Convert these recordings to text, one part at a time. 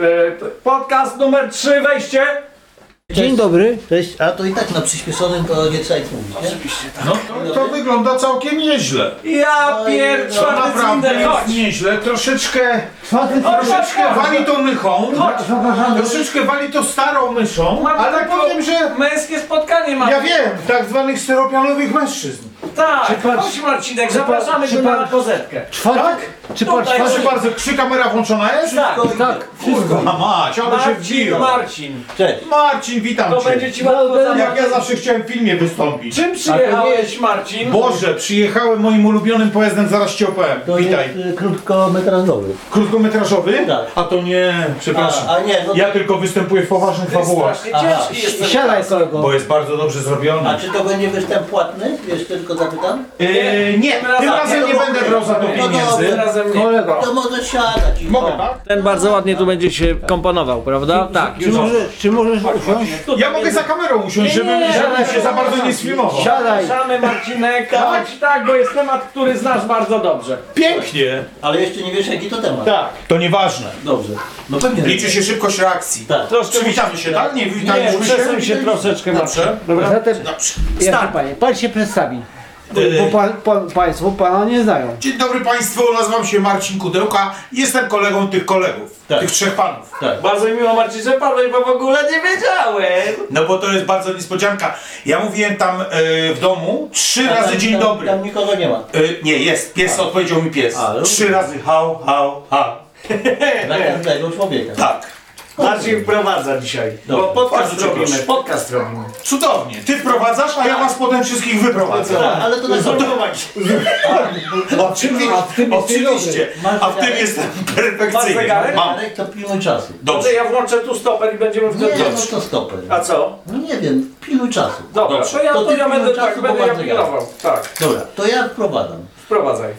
E, to- Podcast numer 3, wejście! Dzień dobry. Cześć, a to i tak na przyspieszonym to nie trzeba nic mówić, nie? No, to, to wygląda całkiem nieźle. Ja pier... To czwarty No naprawdę cylinder, jest chodź! nieźle. Troszeczkę, Czwarty O, troszeczkę wali to mychą. Troszeczkę wali to starą myszą, Mam ale taką- powiem, że Męskie spotkanie mam. ja wiem, tak zwanych styropianowych mężczyzn. Tak, patrz- chodź Marcinek, czy patrz- zapraszamy czy go na patrz- kozetkę. Tak? Czwarty. Czy pan Tutaj Proszę czwarty? bardzo, czy kamera włączona jest? Tak, Tak, wszystko. Kurwa mać, aby się Znaczy- Marcin, wbiło. Marcin, Cześć. Marcin, witam to cię. będzie ci łatwo Jak zamówić. ja zawsze chciałem w filmie wystąpić. Czym przyjechałeś Marcin? Boże, przyjechałem moim ulubionym pojazdem, zaraz ci opowiem. To Witaj. jest y, krótkometrażowy. Krótkometrażowy? Tak. A to nie, przepraszam. A, a nie, no to- Ja tylko występuję w poważnych Ty jest fabułach. strasznie Aha. ciężki jestem. Siadaj kolego. Bo jest bardzo dobrze A zrobiony. czy to będzie występ płatny? Jeszcze tylko zapytam. Yy, nie, tym razem- razem nie no będę dobra. brał za to No pieniędzy. dobra. Razem nie. Kolego. To może siadać. i- Tak. Mogę, tak? Ten bardzo ładnie tu będzie się komponował, prawda? No Tak. Czy możesz, czy możesz usiąść? Ja mogę za kamerą usiąść, Nie, nie, żebym nie, żebym nie, się za nie, bardzo nie sfilmował. Siadaj. Zapraszamy Marcinek, chodź tak, bo jest temat, który znasz bardzo dobrze. Pięknie. Ale jeszcze nie wiesz jaki to temat. Tak. To nieważne. Dobrze. No pewnie. Liczy się szybkość reakcji. Tak. Czy witamy się, tak? Nie, Nie, witaliśmy przesuń się Witaj- troszeczkę Marcin. Dobrze. Zatem, ja Start. panie, pan się przedstawi. Yy, Bo pan, pan, państwo pana nie znają. Dzień dobry Państwu, nazywam się Marcin Kudełka. Jestem kolegą tych kolegów, Tak. tych trzech panów. Bardzo mi miło Marcin, że padłeś, bo w ogóle nie wiedziałem. No bo to jest bardzo niespodzianka. Ja mówiłem tam e, w domu trzy A tam- razy dzień tam- dobry. Tam nikogo nie ma. E, nie, jest. Pies odpowiedział mi pies. tak. A, Trzy razy hał, hał, hał. Dla każdego człowieka. Tak. Marcin wprowadza dzisiaj, Dobra. bo podcast Bardzo cię robimy, proszę. podcast robimy. Cudownie. Ty wprowadzasz, a ja was potem wszystkich wyprowadzę. Tak, ale to na Oczywiście. Oczywiście. Masz A w tym zegarek? jestem Masz perfekcyjny. zegarek? Mam. Ale to pilnuj czasu. Dobrze, Dobrze. ja włączę tu stoper i będziemy Nie, wtedy... no to stoper. A co? No nie wiem, pilnuj czasu. Dobra, Dobrze. to ja, To to ty ja będę pilnuj tak, czasu, bo będę ja bardzo gadam. pilnował. Tak, Dobra, to ja wprowadzam. wprowadzaj. E,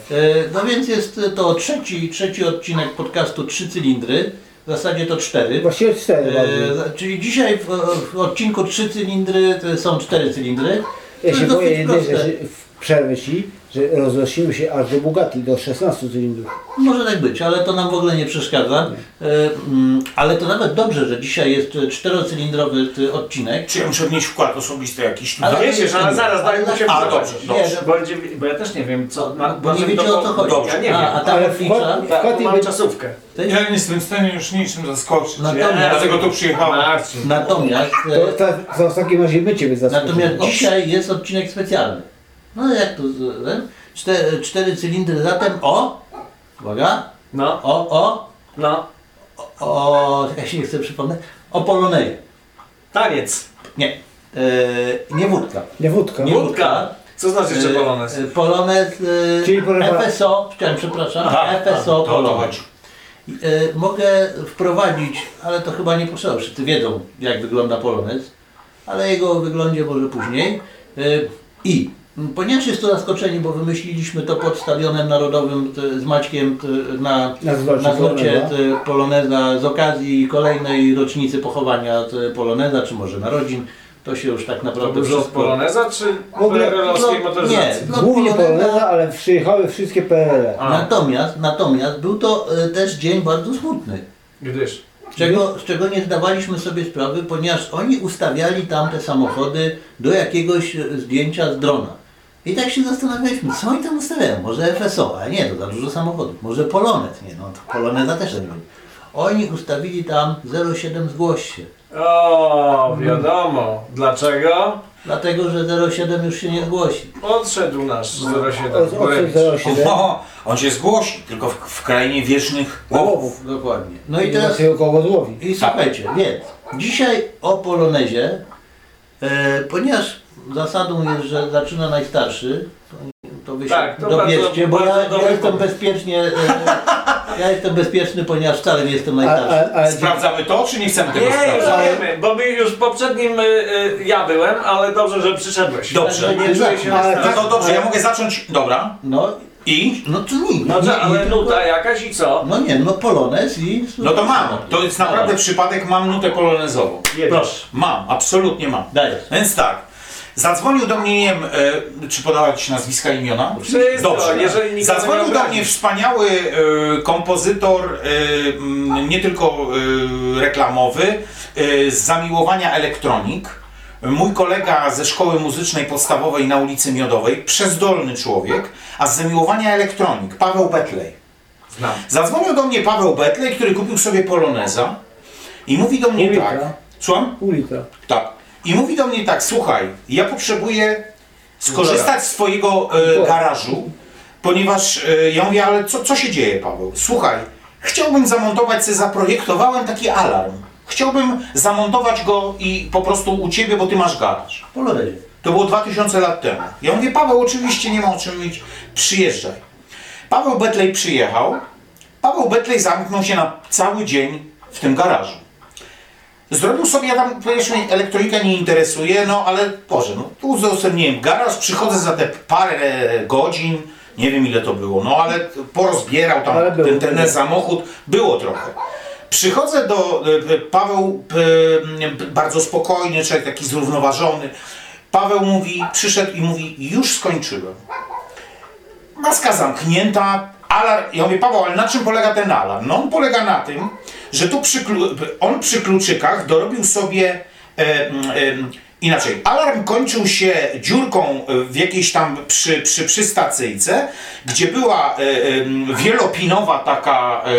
No więc jest to trzeci, trzeci odcinek podcastu Trzy Cylindry. W zasadzie to cztery. Właściwie cztery bardziej. E, czyli dzisiaj w, w odcinku trzy cylindry to są cztery cylindry. To Ja jest się dosyć boję jednej proste. rzeczy w przerwie ci, że rozrosimy się aż do Bugatti, do 16 cylindrów. Może tak być, ale to nam w ogóle nie przeszkadza. E, mm, ale to nawet dobrze, że dzisiaj jest e, czterocylindrowy t- odcinek. Czy ja muszę wnieść wkład osobisty jakiś? Ale- Tutaj? Wiecie, ale zaraz daj mu się A, wprowadzić. dobrze, dobrze. Nie, Bo, będzie- bo ja też nie wiem co... Ma, no. Bo nie może wiecie do- o co chodzi. Dobrze, nie a, a wiem. tam Ale odlicza. wchodzi- Tak, bo Wkład i mamy wy- czasówkę. Ja nie jestem w stanie już niczym zaskoczyć. Natomiast- Ja Dlatego tu przyjechałem. Marcin. Natomiast, e, To, to, to w takim razie my ciebie zaskoczymy. natomiast dzisiaj jest odcinek specjalny. No jak to? z- e, Cztery, cztery cylindry, zatem o. Uwaga. No, O, o. no. O, ja się nie chcę przypomnieć. O Polonezie. Taniec. Nie. E, nie wódka. Nie wódka. Nie Wódka. Co znaczy jeszcze polonez? E, Polonez. E, Czyli polonez. FSO, chciałem, przepraszam. FSO tak, to o to Polonez. chodzi. E, mogę wprowadzić, ale to chyba nie potrzeba. Wszyscy wiedzą, jak wygląda polonez, ale jego o wyglądzie może później. E, I m, ponieważ jest to zaskoczenie, bo wymyśliliśmy to pod stadionem narodowym t, z Maćkiem t, na, Na zlocie na zlocie Poloneza. t, poloneza z okazji kolejnej rocznicy pochowania t, poloneza, czy może narodzin, to się już tak To naprawdę dużo z poloneza czy ogóle- perelowskiej motoryzacji? no, Głównie poloneza- Poloneza, ale przyjechały wszystkie PRL. A. Natomiast, natomiast był to e, też dzień bardzo smutny. Gdyż. Czego, z czego nie zdawaliśmy sobie sprawy, ponieważ oni ustawiali tam te samochody do jakiegoś e, zdjęcia z drona. I tak się zastanawialiśmy, co oni tam ustawiają? Może FSO, a nie, to za dużo samochodów. Może Polonez, nie, no to Poloneza też nie robi. Oni ustawili tam 07 zgłoś się. O, wiadomo. Dlaczego? Dlatego, że 07 już się nie zgłosi. Odszedł nasz 07 Od- Borewicz. Od no, 07. O, on się zgłosi, tylko w, w krainie wiecznych łowów. Dokładnie. No I i teraz teraz się kogo złowi. I słuchajcie, więc dzisiaj o Polonezie, e, ponieważ zasadą jest, że zaczyna najstarszy, to, to wy się Tak, to dowiedzcie, bardzo- bo bardzo ja, dobry ja jestem pomysł. bezpiecznie, e, ja jestem bezpieczny, ponieważ wcale nie jestem A, najstarszy. a, a, Sprawdzamy to, czy nie chcemy tego Nie, już sprawdzać? wiemy, bo my już w poprzednim y, y, ja byłem, ale dobrze, że przyszedłeś. Także Dobrze. nie czuję się ale- tak- No to dobrze, ja mogę zacząć. Dobra. No, I? no to nic. No nie, to, ale nie, tylko- nuta jakaś i co? No nie, no Polonez i... No to mam. To jest naprawdę Dobra, przypadek, mam nutę polonezową. Jedziesz. Proszę, Mam, absolutnie mam. dajesz. Więc tak. Zadzwonił do mnie, nie wiem, e, czy podawać nazwiska, imiona? Wszystko, jeżeli nikogo nie Zadzwonił do obrazi. mnie wspaniały e, kompozytor, e, m, nie tylko e, reklamowy, e, z zamiłowania elektronik. Mój kolega ze szkoły muzycznej podstawowej na ulicy Miodowej, przezdolny człowiek, a z zamiłowania elektronik, Paweł Betlej. Znam. Zadzwonił do mnie Paweł Betlej, który kupił sobie Poloneza i mówi do mnie Ulitra. tak. no. Słucham? Pół litra. Tak. I mówi do mnie tak, słuchaj, ja potrzebuję skorzystać z twojego e, garażu, ponieważ e, ja mówię, ale co, co się dzieje, Paweł? Słuchaj, chciałbym zamontować, sobie zaprojektowałem taki alarm. Chciałbym zamontować go i po prostu u ciebie, bo ty masz garaż. Po Lorezie. To było 2000 lat temu. Ja mówię, Paweł, oczywiście nie ma o czym mówić, przyjeżdżaj. Paweł Betlej przyjechał. Paweł Betlej zamknął się na cały dzień w tym garażu. Zrobił sobie, ja tam, ponieważ mnie elektronika nie interesuje, no ale Boże, no tu udostępniłem garaż, przychodzę za te parę godzin, nie wiem ile to było, no ale porozbierał tam Ale było. ten, ten samochód, było trochę. Przychodzę do e, e, Paweł, e, m, bardzo spokojny, człowiek taki zrównoważony. Paweł mówi, przyszedł i mówi, już skończyłem. Maska zamknięta, alarm. Ja mówię, Paweł, ale na czym polega ten alarm? No on polega na tym, że tu przy, klu- on przy kluczykach dorobił sobie e, m, em, inaczej. Alarm kończył się dziurką e, w jakiejś tam przy, przy, przy stacyjce, gdzie była e, em, wielopinowa taka, e,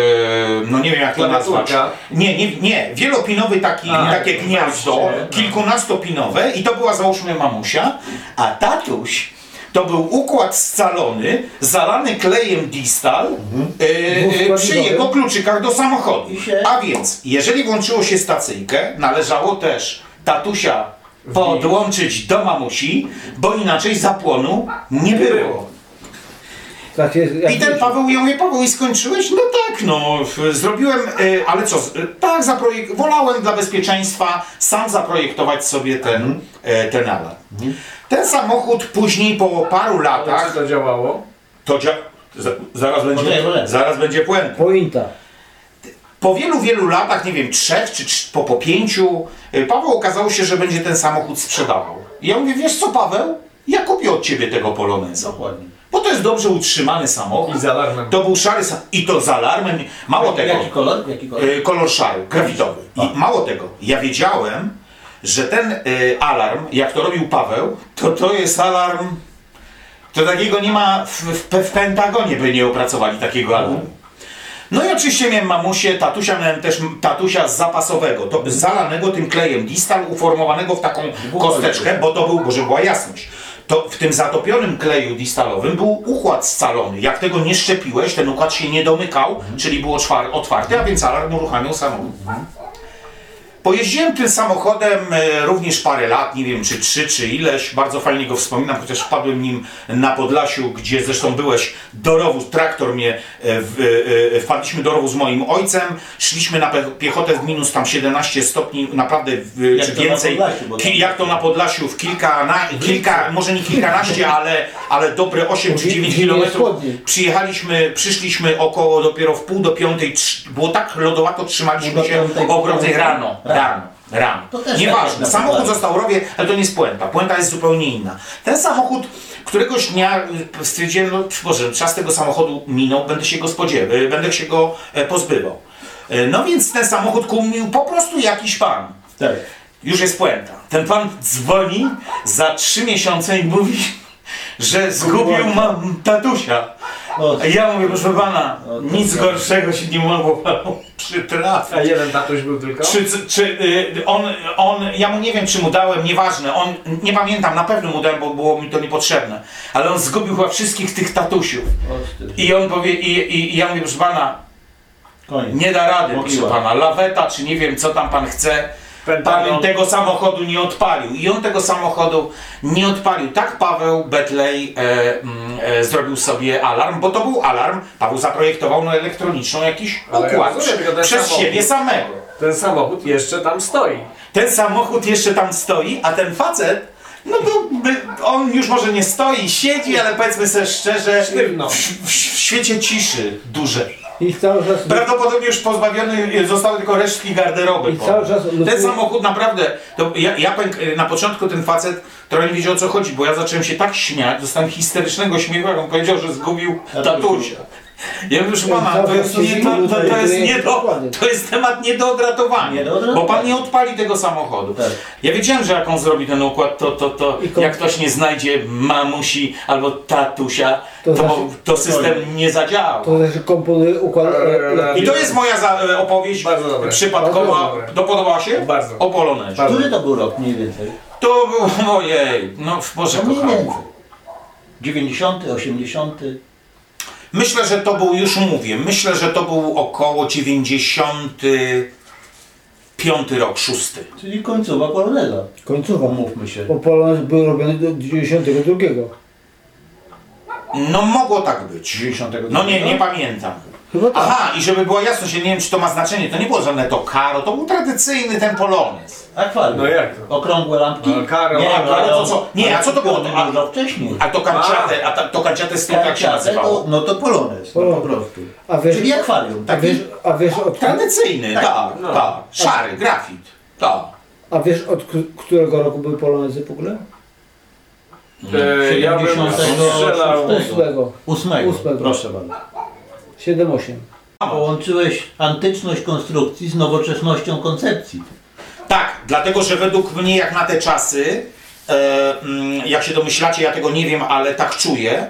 no nie wiem jak to nazwać. Klawiaturka. Nie, nie, nie. Wielopinowy taki, takie gniazdo, kilkunastopinowe i to była załóżmy mamusia, a tatuś to był układ scalony, zalany klejem distal e, e, przy Dwuskładnikowy. jego kluczykach do samochodu. I się- A więc, jeżeli włączyło się stacyjkę, należało też tatusia podłączyć do mamusi, bo inaczej zapłonu nie było. Tak jest, jak I ten Paweł, ja mówię, Paweł, i skończyłeś? No tak, no, f- zrobiłem, y, ale co, z- y, tak, zaprojek- wolałem dla bezpieczeństwa sam zaprojektować sobie ten, y, ten alarm. Ten samochód później po paru Tak, latach, to działało. to dzia- za- zaraz będzie, Poczekaj, zaraz będzie puenta. Pointa. Po wielu, wielu latach, nie wiem, trzech czy cz- po, po pięciu, y, Paweł okazało się, że będzie ten samochód sprzedawał. I ja mówię, wiesz co Paweł, ja kupię od ciebie tego Poloneza. Dokładnie. Bo to jest dobrze utrzymany samochód. I z alarmem. To był szary sam- i to z alarmem. Mało tego, Jaki kolor? Jaki kolor? y, kolor szary, grafitowy. I mało tego, ja wiedziałem, że ten y, alarm, jak to robił Paweł, to to jest alarm, to takiego nie ma, w, w, w Pentagonie by nie opracowali takiego alarmu. No i oczywiście miałem mamusię, tatusia, miałem też m- tatusia z zapasowego, to zalanego tym klejem distal, uformowanego w taką kosteczkę, bo to był, bo żeby była jasność. To w tym zatopionym kleju distalowym był układ scalony. Jak tego nie szczepiłeś, ten układ się nie domykał, czyli był otwar- otwarty, a więc alarm uruchamiał samochód. Pojeździłem tym samochodem e, również parę lat, nie wiem czy trzy, czy ileś, bardzo fajnie go wspominam, chociaż wpadłem nim na Podlasiu, gdzie zresztą byłeś do rowu, traktor mnie, e, w, e, e, wpadliśmy do rowu z moim ojcem, szliśmy na pe- piechotę w minus tam 17 stopni, naprawdę w, Jak czy to na więcej, Podlasiu, bo tam- ki, jak to na Podlasiu, w kilka, na, kilka może nie kilkanaście, ale, ale dobre 8 czy Gdzie- 9 gdzie jest kilometrów chłodniej? przyjechaliśmy, przyszliśmy około dopiero w pół do piątej, trz- było tak lodowato, trzymaliśmy Pół do się piątej, o grudzy rano, rano. rano, rano. To też tak Nieważne, jest samochód na został robię, ale to nie jest puenta, puenta jest zupełnie inna. Ten samochód, któregoś dnia y, stwierdziłem, no Boże, czas tego samochodu minął, będę się go spodziewał, y, będę się go e, pozbywał. Y, No więc ten samochód kupił po prostu jakiś pan. Tak. Już jest puenta. Ten pan dzwoni za trzy miesiące i mówi, że zgubił mam tatusia. O, A Ja mówię, proszę pana, No, to nic ja- gorszego się nie mogło panu przytrafić. A jeden tatuś był tylko? Czy, czy, czy y, on, on, ja mu nie wiem czy mu dałem, nieważne, on, nie pamiętam, na pewno mu dałem, bo było mi to niepotrzebne, ale on zgubił chyba wszystkich tych tatusiów. o, wstyd. I on powie, i, i, i ja mówię, proszę pana, Koniec. nie da rady, proszę Mówiła. pana, laweta czy nie wiem co tam pan chce, pan Pentagon. tego samochodu nie odpalił. I on tego samochodu nie odpalił. Tak Paweł Betlej e, mm, e, zrobił sobie alarm, bo to był alarm, Paweł zaprojektował na elektroniczną jakiś Ale ja układ rozumiem, tylko ten przez samochód. siebie samego. Ten samochód jeszcze tam stoi. Ten samochód jeszcze tam stoi, a ten facet, no to by, on już może nie stoi, siedzi, ale powiedzmy sobie szczerze, Sztywno. w, w, w świecie ciszy duże. I cały czas... Prawdopodobnie już pozbawiony e, zostały tylko resztki garderoby. I cały czas Ten notuje- samochód naprawdę, to ja, ja pęk, e, na początku ten facet trochę nie wiedział o co chodzi, bo ja zacząłem się tak śmiać, dostałem histerycznego śmiechu, jak on powiedział, że zgubił tatusia. Ja mówię, proszę pana, to jest, nie, to, to, to, jest nie do, to jest temat nie do odratowania, Nie do odratowania. bo pan nie odpali tego samochodu. Tak. Ja wiedziałem, że jak on zrobi ten układ, to, to, to I kom- jak ktoś nie znajdzie mamusi albo tatusia, to, To to, znaczy- system nie zadziała. To znaczy komponuje układ... I to jest moja za, e, opowieść Bardzo dobre. przypadkowa. Bardzo dobre. Dopodobała się? Bardzo. O Polonez. Bardzo. Który to był rok mniej więcej? To był, ojej, no w Boże To mniej kochany. więcej. 90, 80. Myślę, że to był, już mówię, myślę, że to był około 95 rok, 6. Czyli końcowa poloneza. Końcówka. Umówmy się. Bo Polonez był robiony do 92. No mogło tak być. 92. No nie, nie pamiętam. Chyba tak. Aha, i żeby była jasność, ja nie wiem czy to ma znaczenie, to nie było żadne to karo, to był tradycyjny ten Polonez. Akwarium. No jak to? Okrągłe lampki? No, Karol, nie, a Karol, to co? Nie, a co to było? To było wcześniej. A to kanciatę, a ta, to kanciatę z tym jak się Karciate to, nazywało. no to polonez, no po Polonez. prostu. A wiesz- Czyli akwarium. A Taki wiesz, a wiesz od, Tradycyjny, tak, tak. no. Szary, grafit, tak. a wiesz od k- którego roku były Polonezy w ogóle? E, ja bym 76. strzelał. Ósmego. ósmego. Ósmego. Proszę bardzo. 7-8. Połączyłeś antyczność konstrukcji z nowoczesnością koncepcji. Tak, dlatego że według mnie jak na te czasy, e, mm, jak się domyślacie, ja tego nie wiem, ale tak czuję,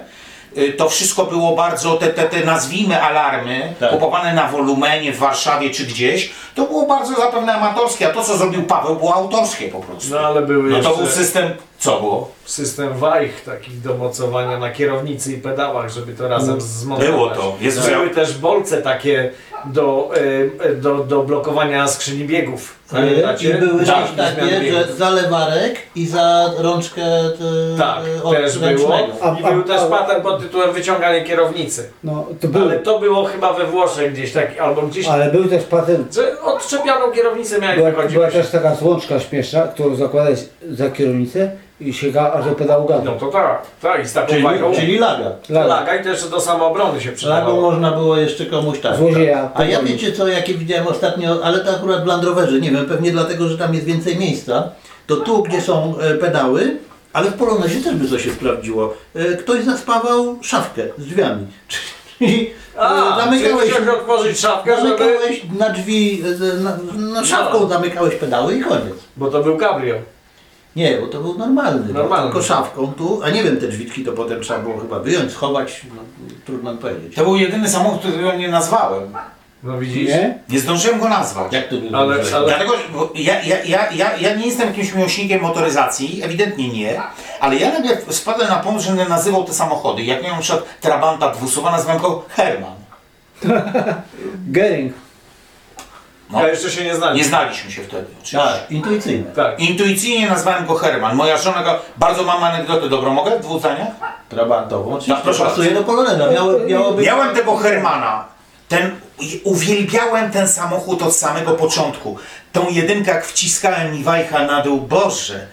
y, to wszystko było bardzo, te, te, te nazwijmy alarmy, Tak. kupowane na wolumenie w Warszawie czy gdzieś, to było bardzo zapewne amatorskie, a to co zrobił Paweł było autorskie po prostu. No ale były No to był jeszcze system, co było? system wajch takich do mocowania na kierownicy i pedałach, żeby to razem zmontować. Mm. Było to, jest Były wzór. też bolce takie do, e, e, do, do blokowania skrzyni biegów. I Pamiętacie? były Tak, też zmian takie, biegów. że za lewarek i za rączkę e, Tak, e, od też było. ręcznego. A- I a- był też a- patent pod tytułem wyciąganie kierownicy. No, to był, Ale ale, to było chyba we Włoszech gdzieś tak, albo gdzieś, był też patent. że odczepianą kierownicę miałeś Była, wychodzić. była też taka złączka śmieszna, którą zakładałeś za kierownicę i sięgała aż do pedału gazu. No to tak, tak, i z taką Czyli, wajchą. czyli laga. Laga. Laga i też do samoobrony się Lago przydawało. można było jeszcze komuś tak. Złodzieja. A ja wiecie co, jakie widziałem ostatnio, ale to akurat w Land Roverze, nie wiem, pewnie dlatego, że tam jest więcej miejsca, to tu, gdzie są e, pedały, ale w Polonezie też by coś się sprawdziło. E, Ktoś zaspawał szafkę z drzwiami. Czyli e, A, zamykałeś, czyli musiałeś otworzyć szafkę, żeby... zamykałeś na drzwi, e, na, na szafką No. zamykałeś pedały i koniec. Bo to był kabrio. Nie, bo to był normalny, Normalny. tylko szafką tu, a nie wiem, te drzwitki to potem trzeba było chyba wyjąć, schować, no, trudno mi powiedzieć. To był jedyny samochód, którego nie nazwałem. No widzisz? Nie? Nie zdążyłem go nazwać. Jak to było? Ale- Andrzej? ale- Dlatego, że- bo ja, ja, ja, ja, ja nie jestem jakimś miłośnikiem motoryzacji, ewidentnie nie, ale ja nagle spadłem na pomysł, że będę nazywał te samochody. Jak miałem na przykład Trabanta dwusuwa, nazywam go Herman. Gering. No. Ja jeszcze się nie znałem. Nie znaliśmy się wtedy, oczywiście. Tak, intuicyjne. Tak. Intuicyjnie nazwałem go Herman. Moja żona go, bardzo mam anegdotę dobrą, mogę w dwóch zdaniach? Trabantową. No, proszę pasuje do Poloneza. Miało, miało być... Miałem tego Hermana. Ten, uwielbiałem ten samochód od samego początku. Tą jedynkę, jak wciskałem mi wajcha na dół, Boże.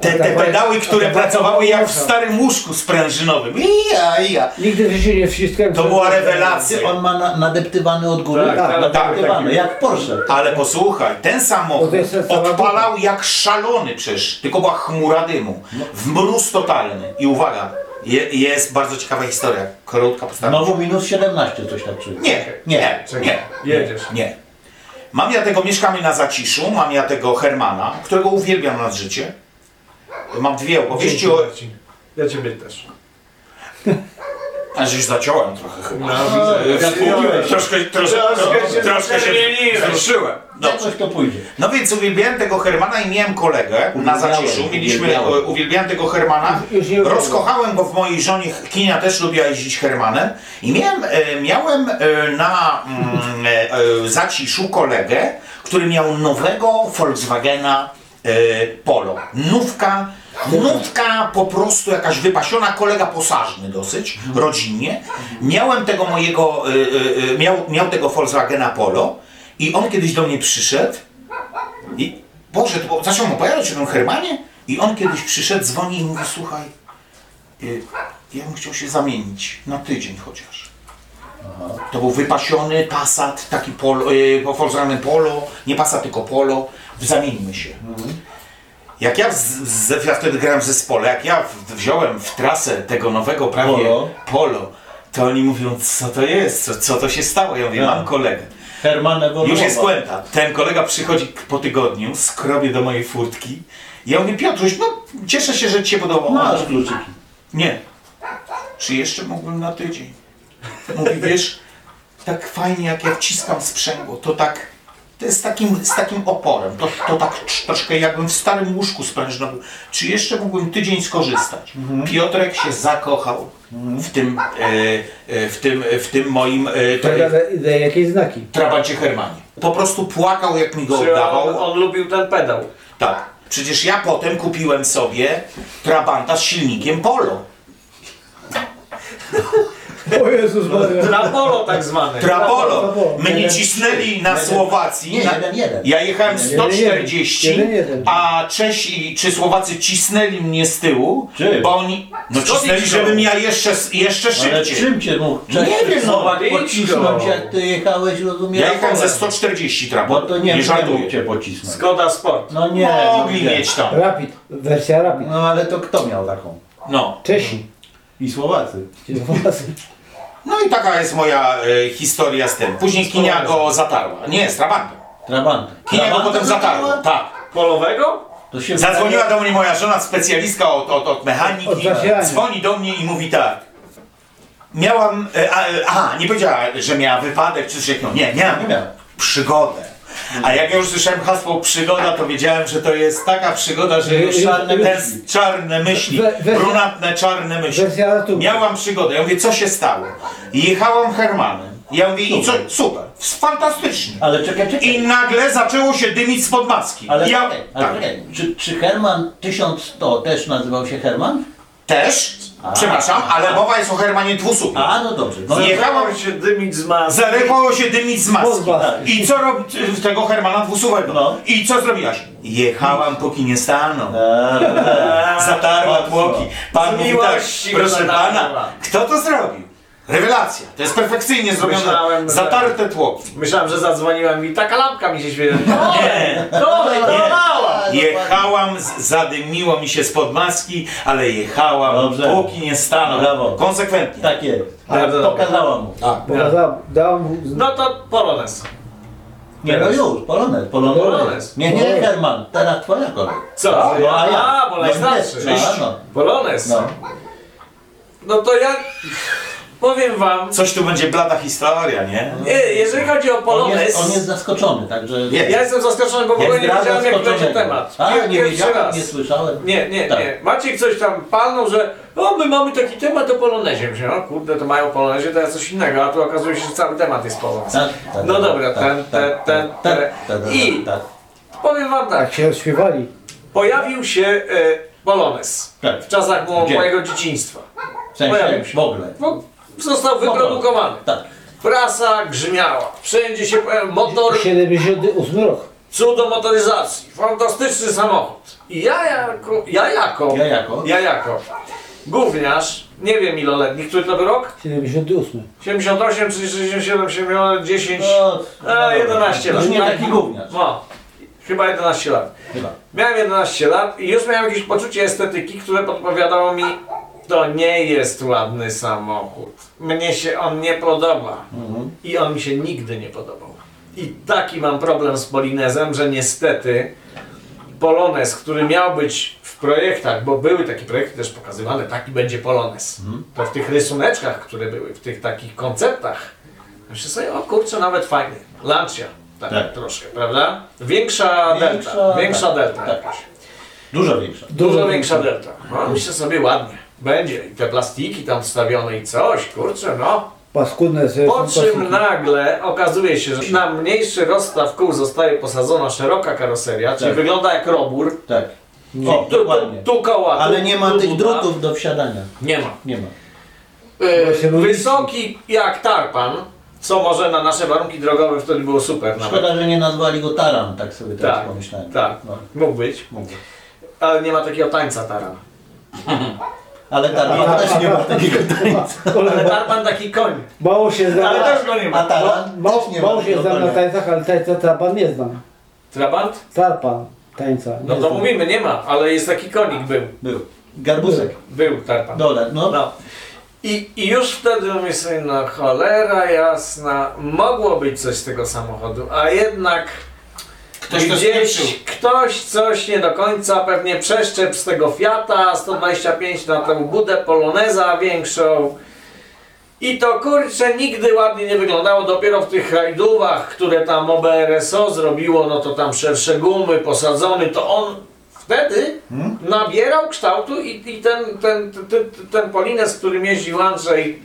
Te, te pedały, które pracowały jak w starym łóżku sprężynowym. Ija, ija. Nigdy w życiu nie wciskałem. To że- była rewelacja. On ma na, nadeptywany od góry? Tak, tak, nadeptywany, tak. jak w Porsche. Ale posłuchaj, ten samochód Bo to jest ten samochód. odpalał jak szalony przecież, tylko była chmura dymu. No. W mróz totalny. I uwaga, je, jest bardzo ciekawa historia. Krótka postawa. No. Znowu minus 17 coś tak czuję. Nie, nie, nie. Jedziesz. Nie. Mam ja tego, mieszkamy na Zaciszu, mam ja tego Hermana, którego uwielbiam nad życie. Mam dwie opowieści o... Marcin. Ja ciebie też. A żeś zaciąłem trochę chyba. No, widzę. E, skupiłem. Troszkę, troszkę, Troszkę się troszkę się zmieniłeś. wzruszyłem. Dobrze. Jakoś to pójdzie. No więc uwielbiałem tego Hermana i miałem kolegę na Uwielbiałem, Zaciszu. Mieliśmy, uwielbiałem. e, uwielbiałem tego Hermana. Już nie uwielbiam. Rozkochałem go w mojej żonie. Kinia też lubiła jeździć Hermanem. I miałem, e, miałem e, na mm, e, e, Zaciszu kolegę, który miał nowego Volkswagena e, Polo. Nówka, nówka po prostu jakaś wypasiona, kolega posażny dosyć, rodzinnie. Miałem tego mojego, e, e, e, miał, miał tego Volkswagena Polo. I on kiedyś do mnie przyszedł i Boże, to było- zaczął mu opowiadać o tym Hermanie i on kiedyś przyszedł, dzwoni i mówi, słuchaj, y, ja bym chciał się zamienić na tydzień chociaż. To był wypasiony Passat, taki polo, yy, Volkswagen Polo, nie Passat tylko Polo, zamieńmy się. Jak ja, z, z, ja wtedy grałem w zespole, jak ja w, wziąłem w trasę tego nowego prawie Polo. Polo, to oni mówią, co to jest, co, co to się stało? Ja mówię, No. mam kolegę. Herman Ewolowa. Już jest puenta. Ten kolega przychodzi k- po tygodniu, skrobie do mojej furtki. Ja mówię, Piotruś, no cieszę się, że ci się podobało. Masz kluczyki. Nie. Czy jeszcze mógłbym na tydzień? Mówi, wiesz, tak fajnie jak ja wciskam sprzęgło, to tak, to jest takim, z takim oporem, to, to tak trz- troszkę jakbym w starym łóżku sprężnym. był. Czy jeszcze mógłbym tydzień skorzystać? Piotrek się zakochał w tym, e, e, w tym, w tym moim e, To tra- daje- daje jakieś znaki. trabancie Hermanie. Po prostu płakał jak mi go Czy on, oddawał. on lubił ten pedał? Tak. Przecież ja potem kupiłem sobie Trabanta z silnikiem Polo. O Jezus Maria. Trapolo tak zwany. Trapolo. Trapolo. Mnie Jeden- cisnęli na jeden- Słowacji. nie, na- jeden- jeden. Ja jechałem Jeden- jeden. 140, Jeden- jeden. a Czesi czy Słowacy cisnęli mnie z tyłu, Czym? bo oni. No Skąd cisnęli, ich żebym ja jeszcze, jeszcze Ale szybciej. czym cię mógł? Czekaj, Nie wiem, no, Pocisnął cię, jak ty jechałeś, rozumiesz? Ja jechałem ze 140 Bo Trapolo. to nie, Nie nie mógł żartuję. cię pocisnąć. Skoda Sport. No nie, no, Mogli nie. mieć tam. Rapid, wersja Rapid. No ale to kto miał taką? No. Czesi. I Słowacy. Słowacy. No i taka jest moja e, historia z tym. Później Kinia go zatarła. Nie, z Trabantem. Trabanty. Kinia go Trabanty potem zatarła. została? Tak. Polowego? To się Zadzwoniła do mnie moja żona, specjalistka od, od, od mechaniki. Od zasilania. dzwoni do mnie i mówi tak. Miałam. e, A, e, aha, nie powiedziała, że miała wypadek czy coś takiego. Nie, miałam Nie miała. przygodę. A jak ja już słyszałem hasło przygoda, to wiedziałem, że to jest taka przygoda, że Wy- już wy- czarne, wy- ten- czarne myśli, We- wersja- brunatne czarne myśli. Wersja ratunku. Miałam przygodę. Ja mówię, co się stało? Jechałam Hermanem. Ja mówię, i co? Super. Super, fantastycznie. Ale czekaj, czekaj. I nagle zaczęło się dymić spod maski. Ale, ja, tak. czekaj, ale tak. czekaj. Czy, czy Herman 1100 też nazywał się Herman? Też, przepraszam, ale mowa jest o Hermanie Tak. Dwusupie. A, no dobrze. No, Nie. Jechałem się dymić z masy. Zaległo się dymić z maski. Pozbaw. I co robi y, tego Hermana Dwusupego? No. E, I co zrobiłaś? Jechałam póki nie stanął. Zatarła mocno. tłoki. Pan Z mówi tak, miłości proszę zatarła. pana, kto to zrobił? Rewelacja. To jest perfekcyjnie zrobione. Myślałem, że- Zatarte tłoki. Myślałem, że zadzwoniłem i taka lampka mi się świeci. Nie! Dolej, Nie. dolała! Jechałam, z- zadymiło mi się spod maski, ale jechałam Dobrze. póki nie stanął. Brawo. Konsekwentnie. tak jest. Bardzo Ale dobrze. pokazałam mu. Pokazałem, dałam mu znak. No to Polones. Nie, no już, Polonez, Polonez. Polonez. Nie, nie, Herman, teraz twoja kolej. Co? No, a ja. A, bo najstarszy. No, a, no. Polones. No. No to ja powiem wam, Coś tu będzie blada historia, nie? nie, jeżeli chodzi o On, Polones, jest, on jest zaskoczony, także... Nie. ja jestem zaskoczony, bo w ogóle nie zdrada wiedziałem jaki będzie skoczonego. temat. A, Pier- nie pierwszy wiedziałem, raz. nie słyszałem. Nie, nie, Tak. nie. Maciek coś tam palnął, że o, my mamy taki temat o Polonezie. Myślałem, o kurde, to mają Polonezie, to jest coś innego, a tu okazuje się, że cały temat jest Polonez. Tak, tak, No tak, dobra, tak, ten, ten, tak, ten, tak, ten. tak, tak, I tak, powiem wam tak, Jak się rozśpiewali. pojawił się e, Polones Tak. w czasach mo- Gdzie? mojego dzieciństwa. W sensie, Pojawił się. w ogóle. No, został wyprodukowany. Tak. Prasa grzmiała, wszędzie się pojawił motor, 78 rok. cudo motoryzacji, fantastyczny samochód. I ja jako, ja jako, Ja jako? ja jako, gówniarz, nie wiem iloletni, który to był rok? 78. 78 czy 67, 70, 10, no a, 11 E, lat. Już nie taki gówniarz. No, chyba 11 lat. Chyba. Miałem 11 lat i już miałem jakieś poczucie estetyki, które podpowiadało mi, to nie jest ładny samochód. Mnie się on nie podoba. I on mi się nigdy nie podobał. I taki mam problem z Polinezem, że niestety Polonez, który miał być w projektach, bo były takie projekty też pokazywane, taki będzie Polonez. To w tych rysuneczkach, które były, w tych takich konceptach, myślę sobie, o kurczę, nawet fajnie. Lancia, tak, Tak. troszkę, prawda? Większa, delta, większa tak, delta tak. jakaś. Dużo większa. Dużo większa delta. No, myślę sobie, ładnie, będzie. I te plastiki tam wstawione i coś, kurczę, no. Paskudne są Po czym plastiki. nagle okazuje się, że na mniejszy rozstaw kół zostaje posadzona szeroka karoseria, czyli Tak. wygląda jak robór. Tak. Tu, O, tu, dokładnie. tu koła, tu, Ale nie ma tu tych buta. drutów do wsiadania. Nie ma. Nie ma. Yy, się lubi- wysoki jak tarpan, co może na nasze warunki drogowe wtedy było super nawet. Szkoda, że nie nazwali go Taran, tak sobie teraz Tak, pomyślałem. tak. No, Mógł być, mówię. ale nie ma takiego tańca tarana. ale Tarban też nie ma takiego tańca. Ale Tarban taki koń. Mało się znam. Ale też go nie A ma. Tarban Mało, też nie ma tak mało się takiego znam na tańca. tańcach, ale tańca trapan nie znam. Trabant? Tarpan tańca. nie No to znam. mówimy, nie ma, ale jest taki konik, był. Był. Garbusek. Był tarpan. Dolar, no. No. I, I już wtedy mówię sobie, no cholera jasna, mogło być coś z tego samochodu, a jednak Ktoś to spieprzył. gdzieś ktoś coś nie do końca, pewnie przeszczep z tego Fiata 125 na tę budę Poloneza większą. I to kurczę nigdy ładnie nie wyglądało, dopiero w tych rajdówach, które tam OBRSO zrobiło, no to tam szersze gumy, posadzony, to on wtedy nabierał kształtu i, i ten, ten, ten, ten, ten polines, którym jeździł Andrzej,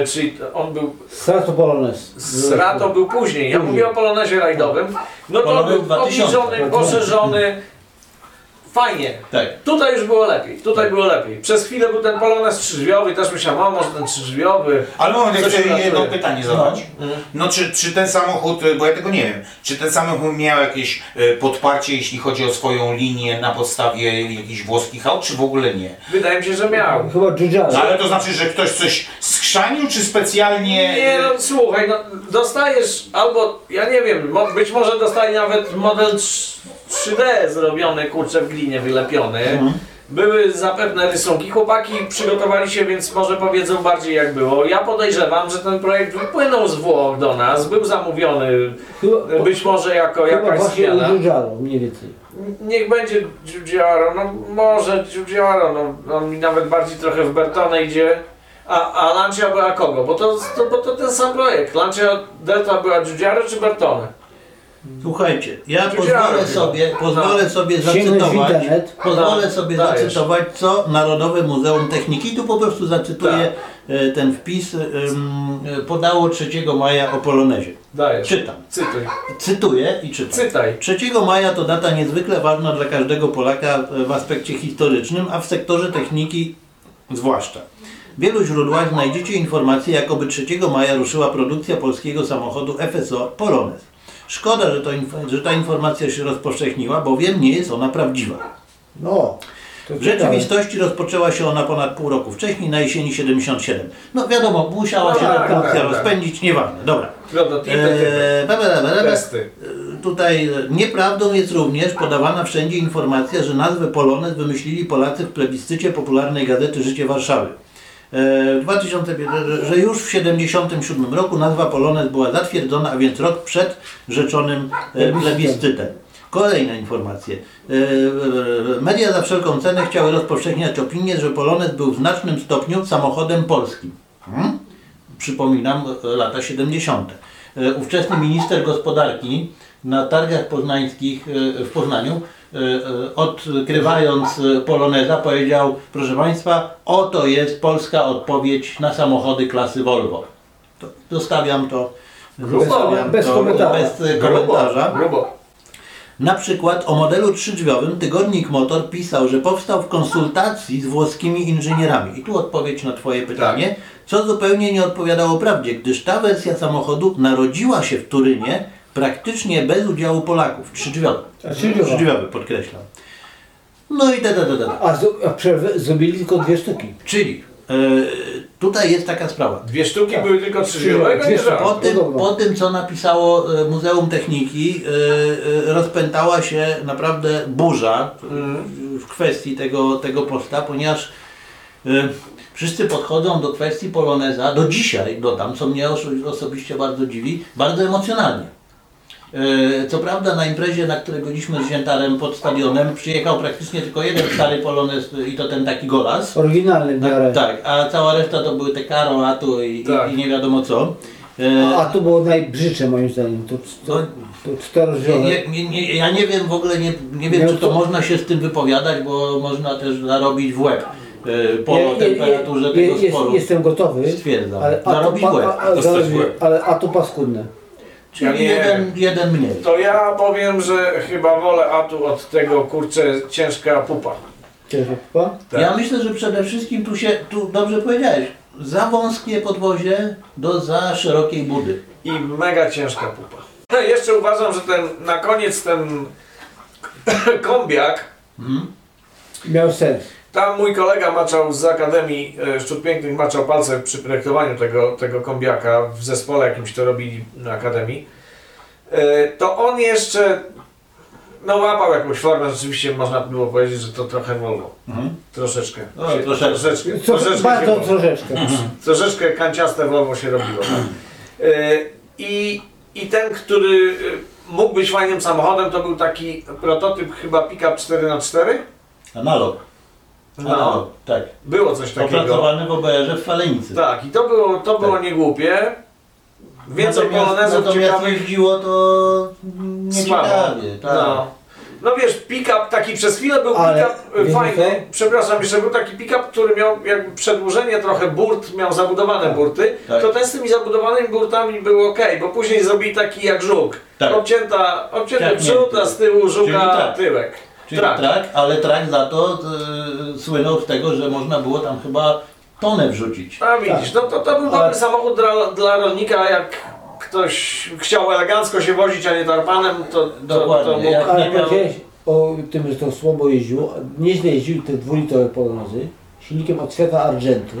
e, czyli on był Strato Polonez. Srato był później. Ja mówię o Polonezie rajdowym. No to Polonez był 2000. obniżony, poszerzony. Fajnie. Tak. Tutaj już było lepiej, tutaj było lepiej. Przez chwilę był ten polonez trzydrzwiowy, też myślałem, o może ten trzydrzwiowy. Ale moment, ja Coś chcę uratuje. jedno pytanie zadać. No czy, czy ten samochód, e, bo ja tego nie wiem, czy ten samochód miał jakieś e, podparcie, jeśli chodzi o swoją linię na podstawie jakichś włoskich aut, czy w ogóle nie? Wydaje mi się, że miał. Chyba Dżudżara. No, ale to znaczy, że ktoś coś skrzanił, czy specjalnie... e, Nie no słuchaj, no, dostajesz albo, ja nie wiem, mo- być może dostaje nawet model trz- 3D zrobiony, kurczę, w glinie wylepiony. Mhm. Były zapewne rysunki, chłopaki przygotowali się, więc może powiedzą bardziej jak było. Ja podejrzewam, że ten projekt wypłynął z Włoch do nas, był zamówiony, Chyba, być może jako chyba jakaś właśnie u zmiana. Dżudżaru, mniej więcej. Niech będzie Giugiaro, no może Giugiaro, no on mi nawet bardziej trochę w Bertone idzie. A, a Lancia była kogo? Bo to, to, bo to ten sam projekt. Lancia Delta była Giugiaro czy Bertone? Słuchajcie, ja Czy pozwolę działa? sobie, pozwolę sobie Sięgnąć w zacytować, internet. pozwolę Tak, sobie dajesz. zacytować, co Narodowe Muzeum Techniki, tu po prostu zacytuję Tak. e, ten wpis, em, e, podało 3 maja o Polonezie. Dajesz. Czytam, Cytuj. cytuję i czytam. Cytaj. 3 maja to data niezwykle ważna dla każdego Polaka w aspekcie historycznym, a w sektorze techniki zwłaszcza. W wielu źródłach znajdziecie informacje, jakoby 3 maja ruszyła produkcja polskiego samochodu FSO Polonez. Szkoda, że, to inf- że ta informacja się rozpowszechniła, bowiem nie jest ona prawdziwa. No. to W ciekawe. rzeczywistości rozpoczęła się ona ponad pół roku wcześniej, na jesieni 77. No wiadomo, musiała No się tak, produkcja tak, tak. rozpędzić, nieważne, dobra. Prototypy, typy. Eee, ba, ba, ba, ba, ba. Testy. Tutaj e, nieprawdą jest również podawana wszędzie informacja, że nazwę Polonez wymyślili Polacy w plebiscycie popularnej gazety Życie Warszawy. E, 2005, że- że już w 77 roku nazwa Polonez była zatwierdzona, a więc rok przed rzeczonym e, plebiscytem. Kolejne informacje. E, e, Media za wszelką cenę chciały rozpowszechniać opinię, że Polonez był w znacznym stopniu samochodem polskim. Hmm? przypominam, e, lata 70. E, Ówczesny minister gospodarki na targach poznańskich e, w Poznaniu, e, e, odkrywając e, Poloneza, powiedział: Proszę Państwa, oto jest polska odpowiedź na samochody klasy Volvo. To, dostawiam to. Zostawiam bez to komentarza. bez e, komentarza. Grubo. Grubo. Na przykład o modelu trzydrzwiowym tygodnik Motor pisał, że powstał w konsultacji z włoskimi inżynierami. I tu odpowiedź na Twoje pytanie, co zupełnie nie odpowiadało prawdzie, gdyż ta wersja samochodu narodziła się w Turynie praktycznie bez udziału Polaków. Trzydrzwiowy. A trzydrzwiowy. Trzydrzwiowy, podkreślam. No i da, da, da, da. A, z, a przerwy zrobili tylko dwie sztuki. Czyli e, tutaj jest taka sprawa. Dwie sztuki były tylko Dwie trzydrzwiowe, nie Tak. sztuki. żart. Po tym, Dobra. po tym, co napisało e, Muzeum Techniki, e, e, rozpętała się naprawdę burza e, w- w kwestii tego, tego posta, ponieważ e, wszyscy podchodzą do kwestii Poloneza, do dzisiaj dodam, co mnie oso- osobiście bardzo dziwi, bardzo emocjonalnie. E, Co prawda na imprezie, na której byliśmy z Ziętarem pod stadionem, przyjechał praktycznie tylko jeden stary polonez e, i to ten taki golas. Oryginalne biorę. Tak, a cała reszta to były te karo, a tu i, Tak. i, i nie wiadomo co. E, A, a to było najbrzydsze moim zdaniem. To, to, To- to czterozdzielone. nie, nie, nie, ja nie wiem w ogóle, nie, nie wiem Nie, czy to to- można się z tym wypowiadać, bo można też zarobić w łeb e, po temperaturze je- tego jest- sporu. jestem gotowy. Stwierdzam. Ale, a, to, Zarobić pa, łeb. a, a, Dostać zarobi- łeb. ale, a to paskudne. Ja Czyli nie jeden, jeden mniej. To ja powiem, że chyba wolę atu od tego, kurczę, ciężka pupa. Ciężko, pa? tak. Ja myślę, że przede wszystkim tu się, tu dobrze powiedziałeś, za wąskie podwozie do za szerokiej budy. i mega ciężka pupa. No i jeszcze uważam, że ten na koniec ten kombiak Miał sens. Tam mój kolega maczał z Akademii e, Sztuk Pięknych, maczał palce przy projektowaniu tego, tego kombiaka w zespole jakimś to robili na Akademii. E, To on jeszcze no łapał jakąś formę, rzeczywiście można było powiedzieć, że to trochę wolno. Troszeczkę. No, Się- troszeczkę. Troszeczkę. Co, troszeczkę się bardzo wolno troszeczkę. Mhm. troszeczkę kanciaste wolno się robiło. tak? Y, I, I ten, który y, mógł być fajnym samochodem, to był taki prototyp chyba pick-up 4x4. Analog. No, Analog, tak. było coś takiego. Opracowany w OBR-ze w Falenicy. Tak, i to było, to było niegłupie. Więcej polonezów natomiast ciekawych jeździło to nie Słabo. ciekawie, tak. No. No wiesz, pick-up taki przez chwilę był Ale pick-up y, wiecie fajny. co? Przepraszam, jeszcze był taki pick-up, który miał jakby przedłużenie trochę burt, miał zabudowane burty. Tak. To ten z tymi zabudowanymi burtami był ok, bo później zrobili taki jak żuk. Tak. Obcięta, obcięty Ciapnięty. przód, a z tyłu żuka Czyli tak. tyłek. Tak. Czyli Trak. trak. ale trak za to y, słynął z tego, że można było tam chyba tonę wrzucić. A widzisz, no to, to był dobry Tak. Ale- samochód dla, dla rolnika, jak ktoś chciał elegancko się wozić, a nie tarpanem, to, to, Dokładnie, to mógł, jak nie Ale miał... powiedziałeś o tym, że to słabo jeździło. Nieźle jeździły te dwulitrowe polonozy silnikiem od Fiata Argenty.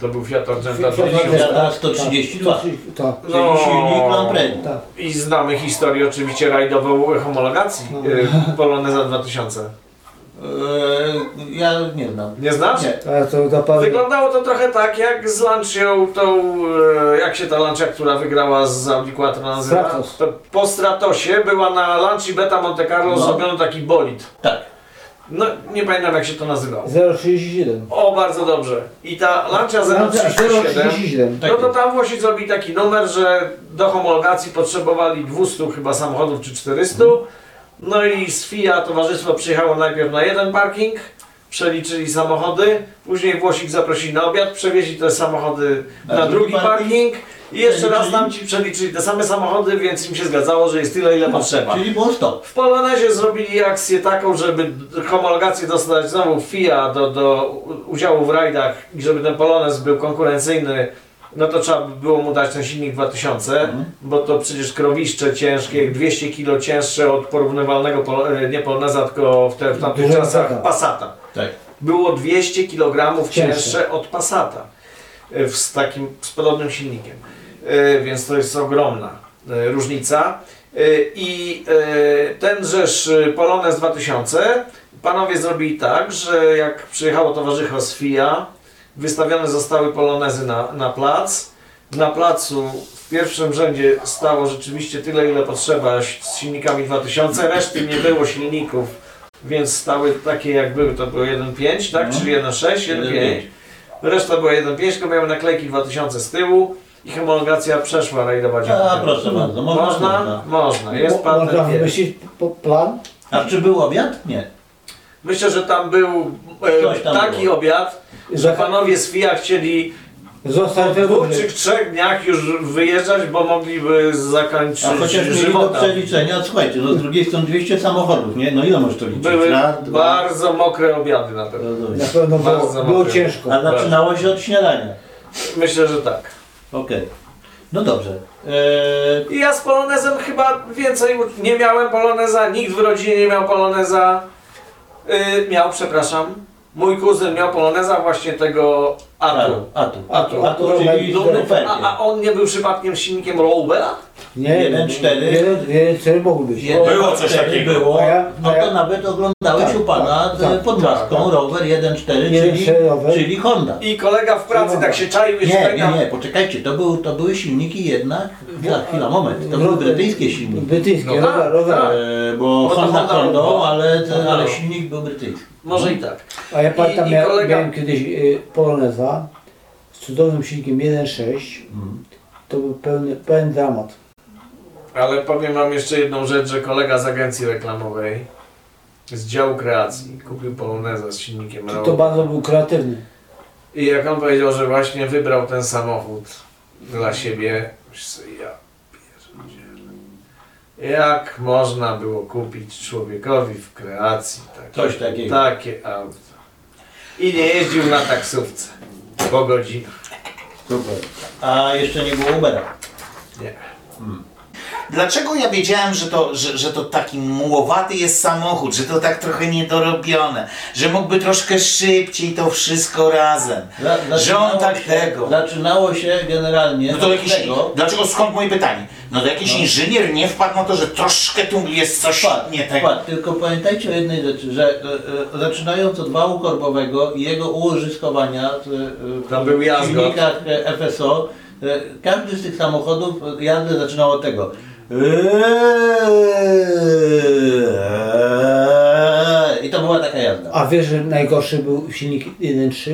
To był Fiat Argenta Fiat 50. Argenta, Fiata 132. tak, 130, Tak, Czyli silnik Grand Prix. tak. I znamy historię oczywiście rajdową homologacji y, Poloneza 2000. Y, E, ja nie znam. Nie znasz? Nie. Ale to zapewne... Wyglądało to trochę tak jak z Lancią, tą, e, jak się ta Lancia, która wygrała z Audi Quattro nazywa? Stratos. To po Stratosie była na Lanci Beta Monte Carlo No. zrobiony taki bolid. Tak. No, nie pamiętam jak się to nazywało. 037. O, bardzo dobrze. I ta Lancia 037 037. Tak No to jest. tam Włosi zrobili taki numer, że do homologacji potrzebowali 200 chyba samochodów czy 400. No i z FIA towarzystwo przyjechało najpierw na jeden parking, przeliczyli samochody, później Włosik zaprosili na obiad, przewieźli te samochody na, Na drugi drugi parking, parking. i jeszcze raz Przeliczyli. No, tam ci przeliczyli te same samochody, więc im się zgadzało, że jest tyle ile potrzeba. Czyli było stop. W Polonezie zrobili akcję taką, żeby homologację dostać znowu FIA do, do udziału w rajdach i żeby ten Polonez był konkurencyjny, no to trzeba by było mu dać ten silnik 2000, bo to przecież krowiszcze ciężkie, 200 kg cięższe od porównywalnego, polo, e, nie Poloneza, tylko w, te, w tamtych Dużego czasach taka. Passata. Tak. Było 200 kg Cięższe. cięższe od Passata e, w, z takim, z podobnym silnikiem. E, Więc to jest ogromna e, różnica. E, I e, tenżeż e, Polonez 2000 panowie zrobili tak, że jak przyjechało towarzycho z FIA, wystawione zostały polonezy na, na plac. Na placu w pierwszym rzędzie stało rzeczywiście tyle, ile potrzeba z silnikami 2000. Reszty nie było silników, więc stały takie jak były. To było 1.5, tak? No. Czyli 1.6, 1.5. 1.5. Reszta była 1.5, tylko miałem naklejki 2000 z tyłu i homologacja przeszła rajdowa A dziadka. proszę bardzo, można? Można? Można. Jest Mo- Można patent. jest. wymyślić po- plan. A czy był obiad? Nie. Myślę, że tam był e, Coś tam taki było. obiad, że panowie z FIA chcieli po Zostań dwóch czy trzech dniach już wyjeżdżać, bo mogliby zakończyć A chociaż mieli do żywota. przeliczenia, słuchajcie, no z drugiej strony 200 samochodów, nie? No ile możesz to liczyć? Były Raz, dwa. bardzo mokre obiady na pewno. Na Rozumiem. pewno Bardzo było, było mocno. ciężko. A zaczynało się od śniadania. Myślę, że tak. Okej. No dobrze. Eee, I ja z polonezem chyba więcej u- nie miałem poloneza, nikt w rodzinie nie miał poloneza. Y, miał, przepraszam. Mój kuzyn miał poloneza właśnie tego Artur. Atu. Atu. Atu. Atu. Atu, Atu, czyli dumny A, a on nie był przypadkiem silnikiem Rowbera? Nie, Jeden, cztery. Jeden, jeden, cztery mogły być. Było coś takiego. Było, A ja- no a ja- to nawet oglądałeś Tak, u pana tak, e, pod tak, maską rower 1.4, Jeden czyli, cztery rower. czyli Honda. I kolega w pracy tak się czaił i się Nie, tak nie, nie, poczekajcie, to, był, to były silniki jednak, chwila, chwila, moment, to były brytyjskie silniki, No Brytyjskie, tak, rower, rower. E, bo to Honda Honda Hondą, była. ale, Honda ale była. silnik był brytyjski. Może i tak. A ja I- pamiętam, i ja, kolega- miałem kiedyś y, Poloneza z cudownym silnikiem 1.6. Mhm. To był pełny, pełen dramat. Ale powiem wam jeszcze jedną rzecz, że kolega z agencji reklamowej z działu kreacji kupił poloneza z silnikiem To No. Rowbera. bardzo był kreatywny. I jak on powiedział, że właśnie wybrał ten samochód dla siebie, myślę sobie, ja pierdzielę. Jak można było kupić człowiekowi w kreacji takie, Coś takiego. takie auto? I nie jeździł na taksówce po godzinach. Super. A jeszcze nie było Ubera. Nie. dlaczego ja wiedziałem, że to, że, że to taki mułowaty jest samochód, że to tak trochę niedorobione, że mógłby troszkę szybciej to wszystko razem. Dla- że on zaczynało tak się- tego. Zaczynało się generalnie No to od jakiś, tego, dlaczego skąd moje pytanie? No to jakiś inżynier nie wpadł na to, że troszkę tu jest coś Wpadł, nie tego. wpadł. Tylko pamiętajcie o jednej rzeczy, że e, e, zaczynając od wału korbowego i jego ułożyskowania w, e, Tam był w jazgot. silnikach e, FSO, e, każdy z tych samochodów e, jazdę zaczynał od tego. I to była taka jazda. A wiesz, że najgorszy był silnik 1.3?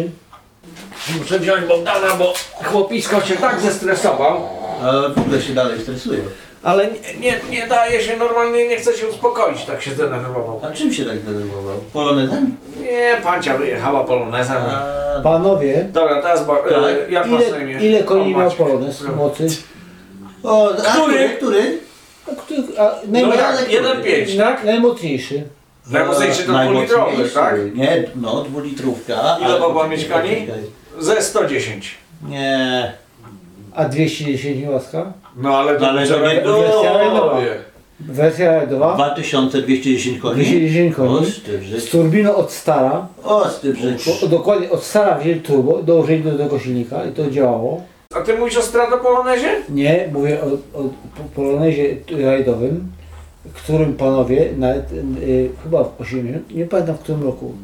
Muszę wziąć Bogdana, bo chłopisko się tak zestresował, Ale w ogóle się dalej stresuje. ale nie, nie, nie daje się normalnie, nie chce się uspokoić, tak się zdenerwował. A czym się tak denerwował? Polonezem? Nie, pancia wyjechała polonezem. A, Panowie, Dobra, teraz bo, e, Tak. jak masz na imię? ile, ile koni O, miał Maciek. polonez No. No, mocy? o, a Który? który? który? A który, a No najmo- tak, 1,5, tak? najmocniejszy. Najmocniejszy to Najmocniejszy. dwulitrowy, tak? Nie, no, dwulitrówka. Ile ale- mogła mieć koni? Ze 110. Nie. A 210 łaska? No ale to Ale to nie było. Wersja 2, 2210 koni. 210 O, koni, z stybrzyk. turbiną od stara, O, stybrzyk. bo, dokładnie od stara wzięli turbo, dołożyli do tego silnika i to działało. A ty mówisz o Strado Polonezie? Nie, mówię o, o po- polonezie rajdowym, którym panowie nawet y, chyba w 80, nie pamiętam w którym roku,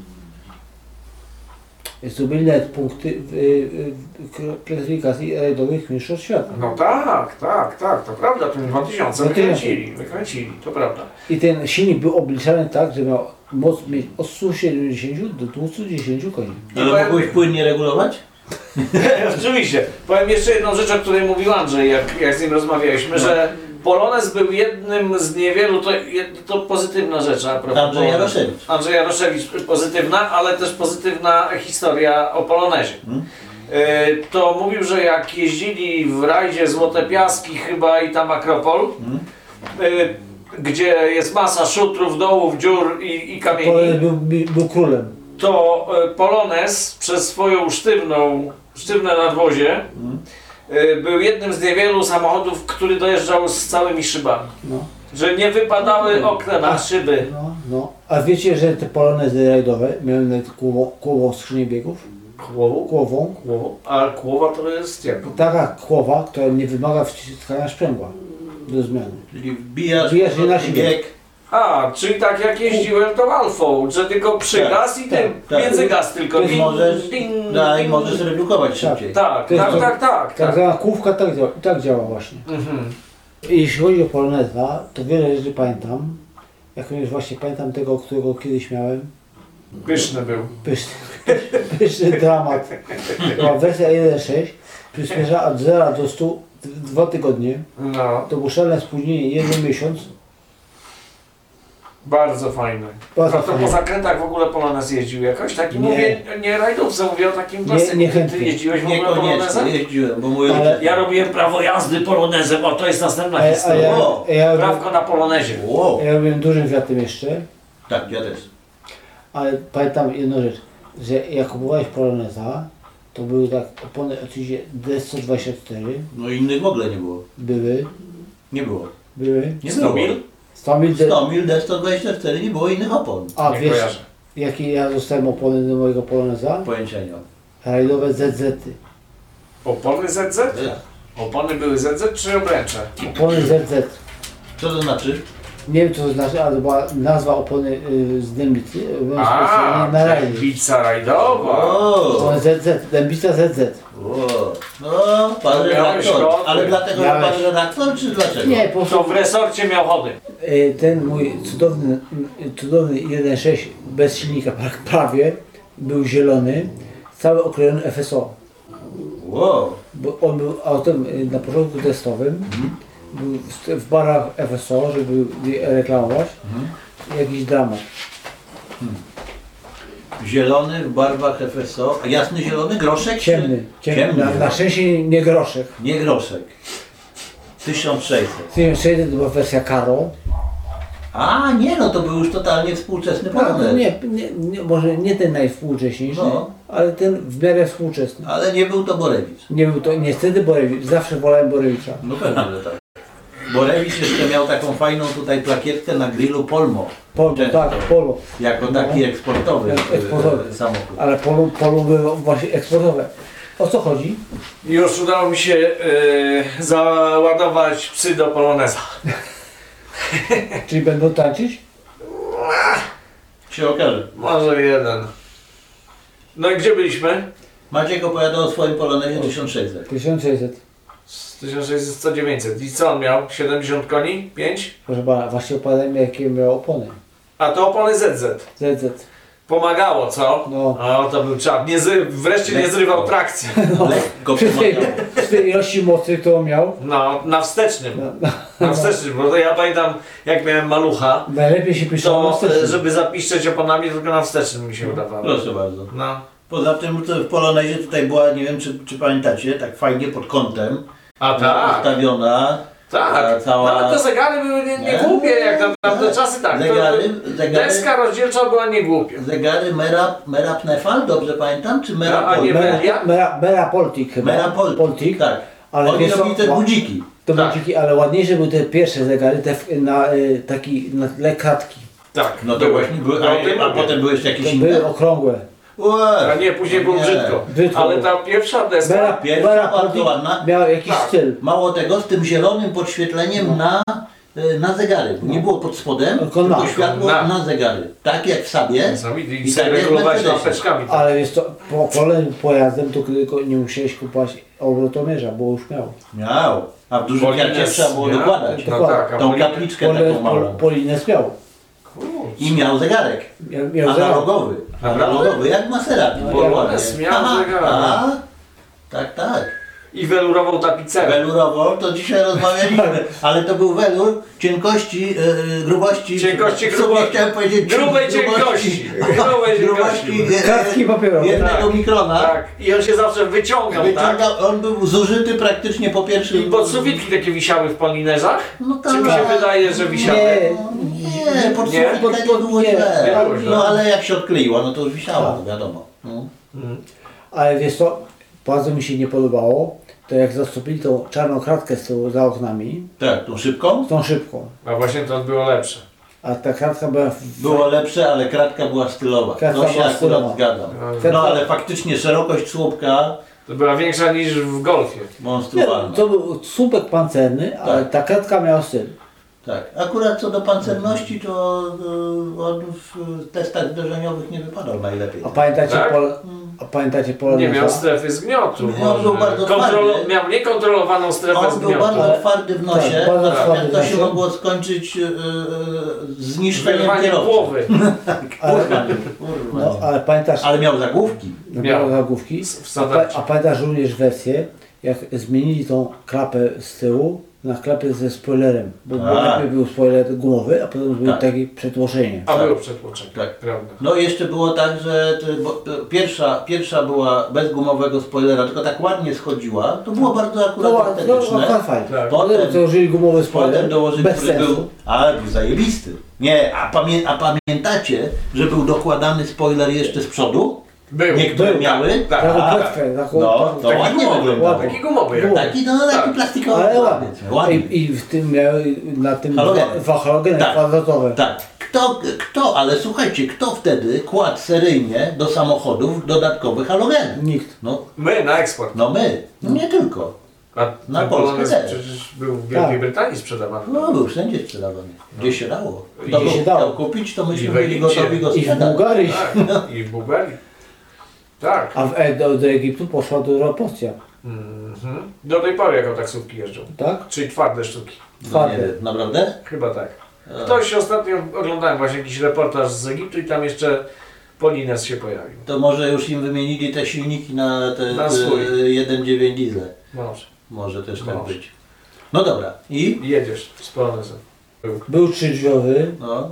zdobyli nawet punkty w, y, w klasyfikacji rajdowych mistrzostw świata. No tak, tak, tak, to prawda, tym 2000 No ty- wykręcili, wykręcili, to prawda. I ten silnik był obliczany tak, że miał moc mieć od 170 do 210 koni. Ale Powiem- mogłeś płynnie regulować? Oczywiście. Powiem jeszcze jedną rzecz, o której mówił Andrzej, jak, jak z nim No. rozmawialiśmy, że Polonez był jednym z niewielu, to, jed- to pozytywna rzecz a propos Andrzej Polonez. Jaroszewicz. Andrzej Jaroszewicz, pozytywna, ale też pozytywna historia o Polonezie. Hmm? Y, To mówił, że jak jeździli w rajdzie Złote Piaski chyba i tam Akropol, Hmm? y, gdzie jest masa szutrów, dołów, dziur i, i kamieni Polonez był, był królem. to e, Polones przez swoją sztywną, sztywne nadwozie e, był jednym z niewielu samochodów, który dojeżdżał z całymi szybami. No. Że nie wypadały okna na szyby. No, no. A wiecie, że te polonezy rajdowe miały nawet głową, głową skrzynię biegów? Kłowu? Głową. Kłowu? A kłowa to jest jak? Taka kłowa, która nie wymaga wciskania sprzęgła do zmiany. Czyli wbijasz, Wbijasz je na siłę. bieg. A, czyli tak jak jeździłem tą Alfą, że tylko przygaz i tak, ten tak. między gaz tylko. Ty Ding, możesz, ding, daj, ding. możesz redukować Tak. szybciej. Tak, To jest tak, to- tak, tak, Tak tak. zwana kłówka tak działa, tak działa właśnie. Mhm. I jeśli chodzi o poloneza, to wiele rzeczy pamiętam. Jak również właśnie pamiętam tego, którego kiedyś miałem. Pyszny był. Pyszny, pyszny dramat. Była wersja 1.6, przyspiesza od 0 do 100 w dwa tygodnie. No, To było szalone spóźnienie, jeden miesiąc. bardzo fajny. Bardzo A to fajnie. po zakrętach w ogóle Polonez jeździł jakoś? Taki Nie. mówię, nie rajdowca, mówię o takim klasyku. Ty niechętnie. jeździłeś w ogóle Polonezem? Niekoniecznie jeździłem, bo mój Ale- ojciec... Ja robiłem prawo jazdy Polonezem, o to jest następna A, ja- a historia. ja, a ja, robiłem- Prawko na Polonezie. Wow. ja robiłem dużym wiatrem jeszcze. Tak, ja też. Ale pamiętam jedną rzecz, że jak kupowałeś Poloneza, to były tak opony oczywiście D124, No innych w ogóle nie było. były, Nie było. były, Nie było. Stomil? Stamil D... 100 mil D124 nie było innych opon. A Nie wiesz, kojarzę. jakie ja dostałem opony do mojego Poloneza? Pojęcia nie mam. Rajdowe ZZ. Opony ZZ? Opony były ZZ czy obręcze? Opony ZZ. Co to znaczy? Nie wiem co to znaczy, ale to była nazwa opony y, z Dębicy, y, byłem A, specjalnie na rajdzie. pizza rajdowa. O, Opony ZZ, Dębica ZZ. o. No, pan Miałeś redaktor. koty. Ale dlatego, że Miałeś. pan redaktor, czy dlaczego? Nie, po prostu To w resorcie miał chody. E, ten mój cudowny, m, cudowny 1.6 bez silnika pra- prawie był zielony, cały oklejony FSO, Wow. bo on był autem e, na początku testowym, Mhm. był w, w barach FSO, żeby je reklamować, Mhm. jakiś dramat. Zielony w barwach FSO. A jasny zielony groszek? czy- Ciemny, ciemny, Ciemny. Na, na szczęście nie groszek. Nie groszek. 1600. W tym szczęście to była wersja Karo. A nie, no to był już totalnie współczesny No, problem. nie, nie, nie, może nie ten najwspółcześniejszy, No. ale ten w miarę współczesny. Ale nie był to Borewicz. Nie był to niestety Borewicz, zawsze wolałem Borewicza. No pewnie, że tak. Borewicz jeszcze miał taką fajną tutaj plakietkę na grillu Polmo. Polo, Często. tak, polo. Jako taki No. eksportowy, Jak eksportowy. e, samochód. Ale polu, polu było właśnie eksportowe. O co chodzi? Już udało mi się e, załadować psy do poloneza. Czyli będą tańczyć? Się okaże. Może jeden. No i gdzie byliśmy? Maciek opowiadał o swoim Polonezie 1600. 1600. Z 1600, 100, 900. I co on miał? 70 koni? 5? Proszę pana, właśnie opowiadałem jakie miał opony. A to opony ZZ. ZZ. Pomagało, co? No. O, to był czap. Nie zry... Wreszcie nie zrywał trakcji. No. Lekko Przy tej, pomagało. przy tej ilości mocy, którą miał, No, na wstecznym. na, na, Na wstecznym, bo to ja pamiętam, jak miałem malucha, najlepiej się pisało na to wstecznym. e, żeby zapiszczeć oponami, tylko na wstecznym mi się udawało. Proszę bardzo. No. Poza tym to w Polonezie tutaj była, nie wiem czy, czy pamiętacie, tak fajnie pod kątem A tak, ustawiona. tak. No, ta cała- Nawet te zegary były nie, nie głupie, jak naprawdę czasy tak. Zegary, To, zegary, deska rozdzielcza była nie głupia. zegary Merap, Merap Nefal, dobrze pamiętam, czy Merap Tak, A, a nie Polk? Mer- ja- Mera, Mera, Mera Poltik chyba. Mera Pol- Poltik. tak. Ale Oni wiesz co? robili te Ła- budziki. To Tak. budziki, ale ładniejsze były te pierwsze zegary, te w- na, y, taki, na tle kratki. Tak, No to właśnie były, No, o tym a, a mówię. potem były jeszcze jakieś To inne. były okrągłe. A nie, później było Nie. brzydko. Brzydko Ale było. ta pierwsza deska... Mera, pierwsza Mera bardzo Poltik ładna. miała jakiś Tak. styl. Mało tego, z tym zielonym podświetleniem na, y, na zegary. Bo nie było pod spodem, No. Tylko na. tylko światło Na. na. zegary. Tak jak w Sabie Niesamowite. I i tak jak w regulować Mercedesie. lampeczkami. tak. Ale wiesz co, po kolejnym pojazdem to tylko nie musiałeś kupować obrotomierza, bo już miał. Miał. A w dużym Polines, karcie trzeba było nie? dokładać. No tak, a Tą Polines- kapliczkę Pole, taką pol, małą. Polines miał. I miał zegarek. Miał, miał zegar. Analogowy. Analogowy, jak Maserati. No, Polines miał Aha, zegarek. a, Tak, tak. I welurową tapicerę. Welurowo, to dzisiaj rozmawialiśmy, ale to był welur cienkości, e, grubości. Cienkości, sobie grubo- chciałem powiedzieć. grubej cienkości. Grubej cienkości. grubości e, e, Kartki papierowe. Jednego Tak. mikrona. Tak. I on się zawsze wyciągał, tak? Wyciągał, on był zużyty praktycznie po I pierwszym. podsufitki takie wisiały w polinerzach? No Czy mi się wydaje, że wisiały? Nie, Nie, pod Nie? nie, pod, Pod- nie pod- było nie, nie źle. było źle. No ale jak się odkleiła, no to już wisiała, Tak. wiadomo. No. ale wiesz co, bardzo mi się nie podobało, to jak zastąpili tą czarną kratkę z tyłu za oknami, Tak, tą szybką? tą szybką, A właśnie to było lepsze. a ta kratka była w, Było lepsze, ale kratka była stylowa. Tak. Kratka no się była akurat stylowa. Tak. zgadzam. Kratka- No ale faktycznie szerokość słupka To była większa niż w golfie. Nie, no, monstrualna. to był słupek pancerny, ale Tak. ta kratka miała styl. Tak. Akurat co do pancerności, to y, on w y, testach zderzeniowych nie wypadał najlepiej. A pamiętacie, Tak? pol, a pamiętacie Nie poloneza? miał strefy zgniotu. Miał- No, był bardzo twardy. miał niekontrolowaną strefę On był zgniotu. bardzo Ale- twardy w nosie, tak, bardzo twardy natomiast w to się nosie. mogło skończyć y, y, zniszczeniem Wyrwanie kierowcy. głowy ale, Urwanie, no, urwanie. ale pamiętasz, Ale miał zagłówki. no, miał. miał zagłówki, w a, pa, sadarcie. a pamiętasz również wersję, jak zmienili tą klapę z tyłu na klapę ze spoilerem, bo Tak. najpierw był spoiler gumowy, a potem było Tak. takie przetłoczenie. A było przetłoczenie. Tak. Prawda. No i jeszcze było tak, że te, bo, e, pierwsza, pierwsza była bez gumowego spoilera, tylko tak ładnie schodziła. To było bardzo No, akurat ła- no, no, estetyczne. fajnie. No, Tak. Potem Potem, założyli gumowy spoiler, potem dołożyli, bez który sensu. był, ale był zajebisty. Nie, a, pamię, a pamiętacie, że był dokładany spoiler jeszcze z przodu? Był. Niektóre Był. miały. Tak. Taką A, płetwę, taką- No, to Taki ładnie gumowy, wyglądało. ładnie. Taki gumowy. jak- Gumowy. Taki, no, taki Tak. plastikowy. Ale ładnie. ładnie. I, I w tym miały na tym Halogeny. dwa halogeny Tak. kwadratowe. Tak. Kto, kto, ale słuchajcie, kto wtedy kładł seryjnie do samochodów dodatkowy halogen? Nikt. No, My na eksport. no my, no nie tylko. A Na ten Polskę polonez też. przecież był w Wielkiej Tak. Brytanii sprzedawany. No był wszędzie sprzedawany. Gdzie się dało. No. Gdzie Kto go się chciał dało. kupić, to I myśmy w byli Egipcie. gotowi go I w sprzedać. Bułgarii. Tak. no. I w Bułgarii. Tak. A w, e- do, do Egiptu poszła duża porcja, Mhm. Do tej pory jako taksówki jeżdżą. tak? Czyli twarde sztuki. No, nie Twarde. wiem, naprawdę? Chyba tak. Ktoś ostatnio oglądałem właśnie jakiś reportaż z Egiptu i tam jeszcze Polines się pojawił. To może już im wymienili te silniki na te, e, Na te swój. 1.9 diesle. Może. Może też tak Może. być. No dobra. I? Jedziesz z Polonezem. Był trzydrzwiowy, No.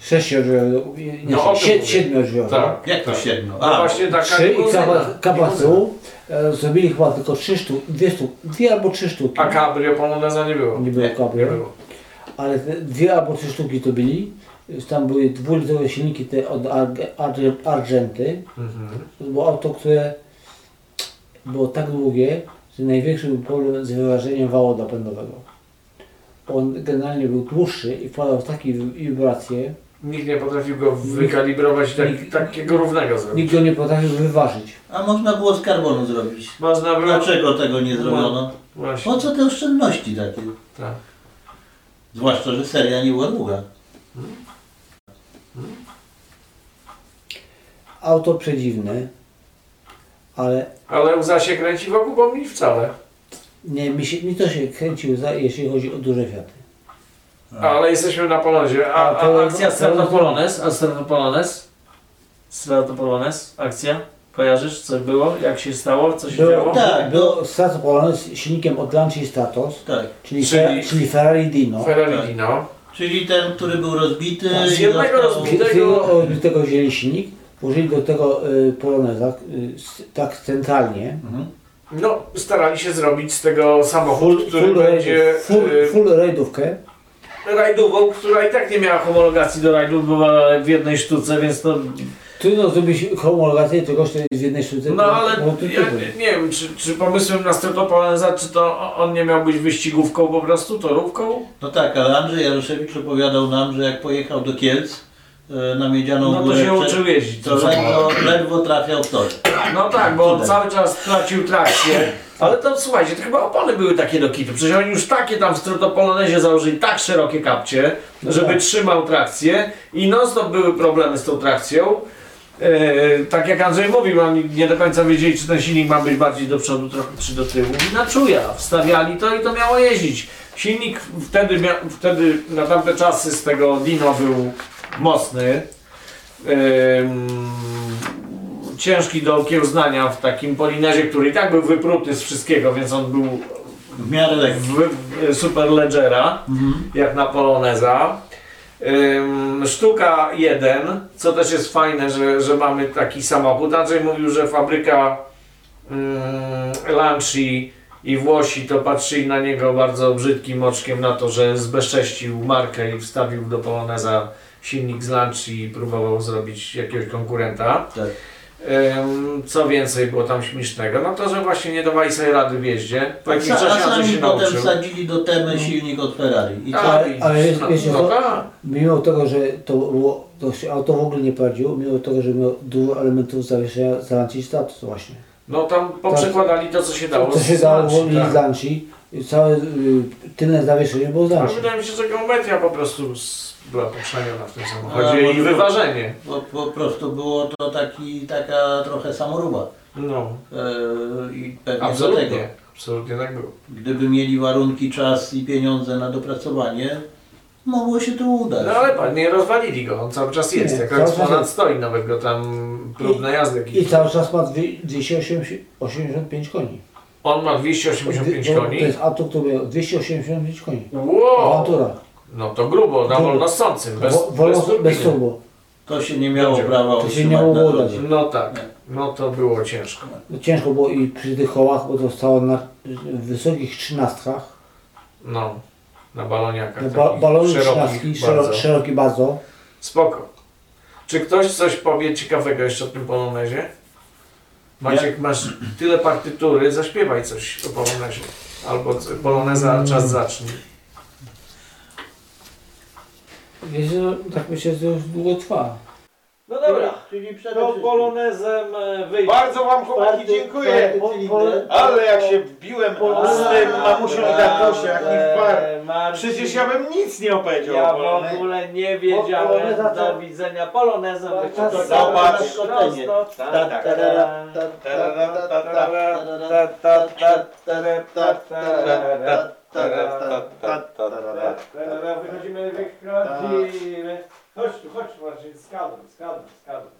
sześciodrzwiowy, nie, No, o tym sie- mówię. siedmiodrzwiowy. Tak. Jak to siedmiu? No A, właśnie taka Trzy i limuzyna. kapa- kapacu e, zrobili chyba tylko trzy sztuki, dwie sztuki, dwie albo trzy sztuki. A cabrio Poloneza nie było. Nie było Nie kabry, było. ale te dwie albo trzy sztuki to byli. Tam były dwulitrowe silniki te od Arge- Arge- Argenty. Mhm. To było auto, które było tak długie, że największy był problem z wyważeniem wału napędowego. On generalnie był dłuższy i wpadał w takie wibracje, Nikt nie potrafił go wykalibrować tak, Nikt- takiego równego zrobić. nikt go nie potrafił wyważyć. A można było z karbonu zrobić. Można było... Dlaczego tego No. nie zrobiono? Właśnie, Po co te oszczędności takie? tak. Zwłaszcza, że seria nie była długa. Auto przedziwne, ale Ale łza się kręci wokół, bo mi wcale. nie, mi, się, mi to się kręcił, za, jeśli chodzi o duże Fiaty. Ale jesteśmy na Polonzie. A, A, a akcja akcja Strato Strato Polonez? Polones, a Strato Polones? Strato Polones, akcja? Kojarzysz, co było? Jak się stało? Co się No, działo? tak. było Stratos Polones z silnikiem od Lancia Stratos, Tak. czyli, Czyli- Fer, czyli Ferrari No. Dino. Ferrari Dino. Czyli ten, który był rozbity. Tak, z i jednego został- rozbi- Z tego, z tego wzięli silnik, użyli do tego y, Poloneza y, s- tak centralnie. No, starali się zrobić z tego samochód, który będzie rajdów- full, y, full rajdówkę. rajdową, która i tak nie miała homologacji do rajdu, była w jednej sztuce, więc to... Trudno zrobić homologację czegoś, co jest w jednej sztuce. No ale bo to ja trudno. nie, nie wiem, czy, czy pomysłem na Strato Poloneza, czy to o- on nie miał być wyścigówką po prostu, torówką? No tak, ale Andrzej Jaroszewicz opowiadał nam, że jak pojechał do Kielc e, na Miedzianą No to Górę, się prze- uczył jeździć. to ledwo, ledwo trafiał w tor. No tak, bo on Cudem. cały czas tracił trakcję. Ale to słuchajcie, to chyba opony były takie do kitu. Przecież oni już takie tam w Stratopolonezie założyli tak szerokie kapcie, żeby tak. trzymał trakcję i non stop były problemy z tą trakcją. Yy, tak jak Andrzej mówił, oni nie do końca wiedzieli, czy ten silnik ma być bardziej do przodu, trochę, czy do tyłu. I na czuja wstawiali to i to miało jeździć. Silnik wtedy, mia- wtedy na tamte czasy z tego Dino był mocny. Ym, ciężki do okiełznania w takim polinezie, który i tak był wypruty z wszystkiego, więc on był W miarę lekko. Mhm. w, w Super Ledgera, jak na Poloneza. Ym, sztuka 1, co też jest fajne, że, że mamy taki samochód. Andrzej mówił, że fabryka ym, Lanci i Włosi to patrzyli na niego bardzo brzydkim oczkiem na to, że zbezcześcił markę i wstawił do Poloneza silnik z Lanci i próbował zrobić jakiegoś konkurenta. Tak. Ym, Co więcej było tam śmiesznego? No to, że właśnie nie dawali sobie rady w jeździe. Po jakimś Sa- czasie Tak, A Andrzej sami się Mhm. potem nauczył. wsadzili do temy silnik od Ferrari. I Tak, co? i- ale wiesz- wiecie no, co? tak. Mimo tego, że to, było, to się auto w ogóle nie prowadziło, mimo tego, że miało dużo elementów zawieszenia z Lancia Stratos właśnie. no tam poprzekładali to, co się dało. To się z dało Lanci, z tak. Lanci, całe y, tylne zawieszenie było z A Lanci. wydaje mi się, że geometria po prostu z- była poprzemiona w tym A, samochodzie i No, może- wyważenie. Po, po prostu było to taki, taka trochę samoruba. No, E, I pewnie do tego. absolutnie. Absolutnie tak było. Gdyby mieli warunki, czas i pieniądze na dopracowanie, mogło się to udać. No ale pan, nie rozwalili go, on cały czas jest. Nie, Jako cały czas eksponat jest. stoi, nawet go tam próbne jazdy I jakieś. cały czas ma dwie- 285 koni. On ma 285 To- koni. To jest auto, które miało 285 koni. Wow! Awantura. No to grubo, na Grubo. wolnosącym, bez, Wo- bez, Wolno, turbiny. bez turbo. To się nie miało Będzie. prawa To się utrzymać nie na mogło drodze. udać. No tak, no to było ciężko. No Ciężko było i przy tych kołach, bo to stało na y, wysokich trzynastkach. No, na baloniakach. No, Ba Tak, takich balony szerokich trzynastki, bardzo. szero, szeroki bardzo. Spoko. Czy ktoś coś powie ciekawego jeszcze o tym polonezie? Maciek, masz tyle partytury, zaśpiewaj coś o polonezie. Albo co- Mm. poloneza, czas zacznij. Wiesz, że tak myślę, że już długo trwa. No Czyli przede To wszystkim- polonezem wyjdzie. Bardzo wam chłopaki Czwarty- dziękuję. czwarty cylinder. Ale jak się wbiłem z tym mamusią i tatusią, jak nie wpadł. Przecież ja bym nic nie opowiedział. Ja o w Polonez. ogóle nie Poloneza wiedziałem. to- Do widzenia. Polonezem Tak, wyjdzie. to- Zobacz. Prosto. Tak, tak. Tarara, ta- Tarara, ta- tarara, tarara, ta- ta- tarara, ta- tak, tak, tarara, tarara, ta- ta- tarara. tak. Wychodzimy, wychodzimy. Chodź tu, chodź tu, Marcin, z kadrem, z kadrem, z kadrem.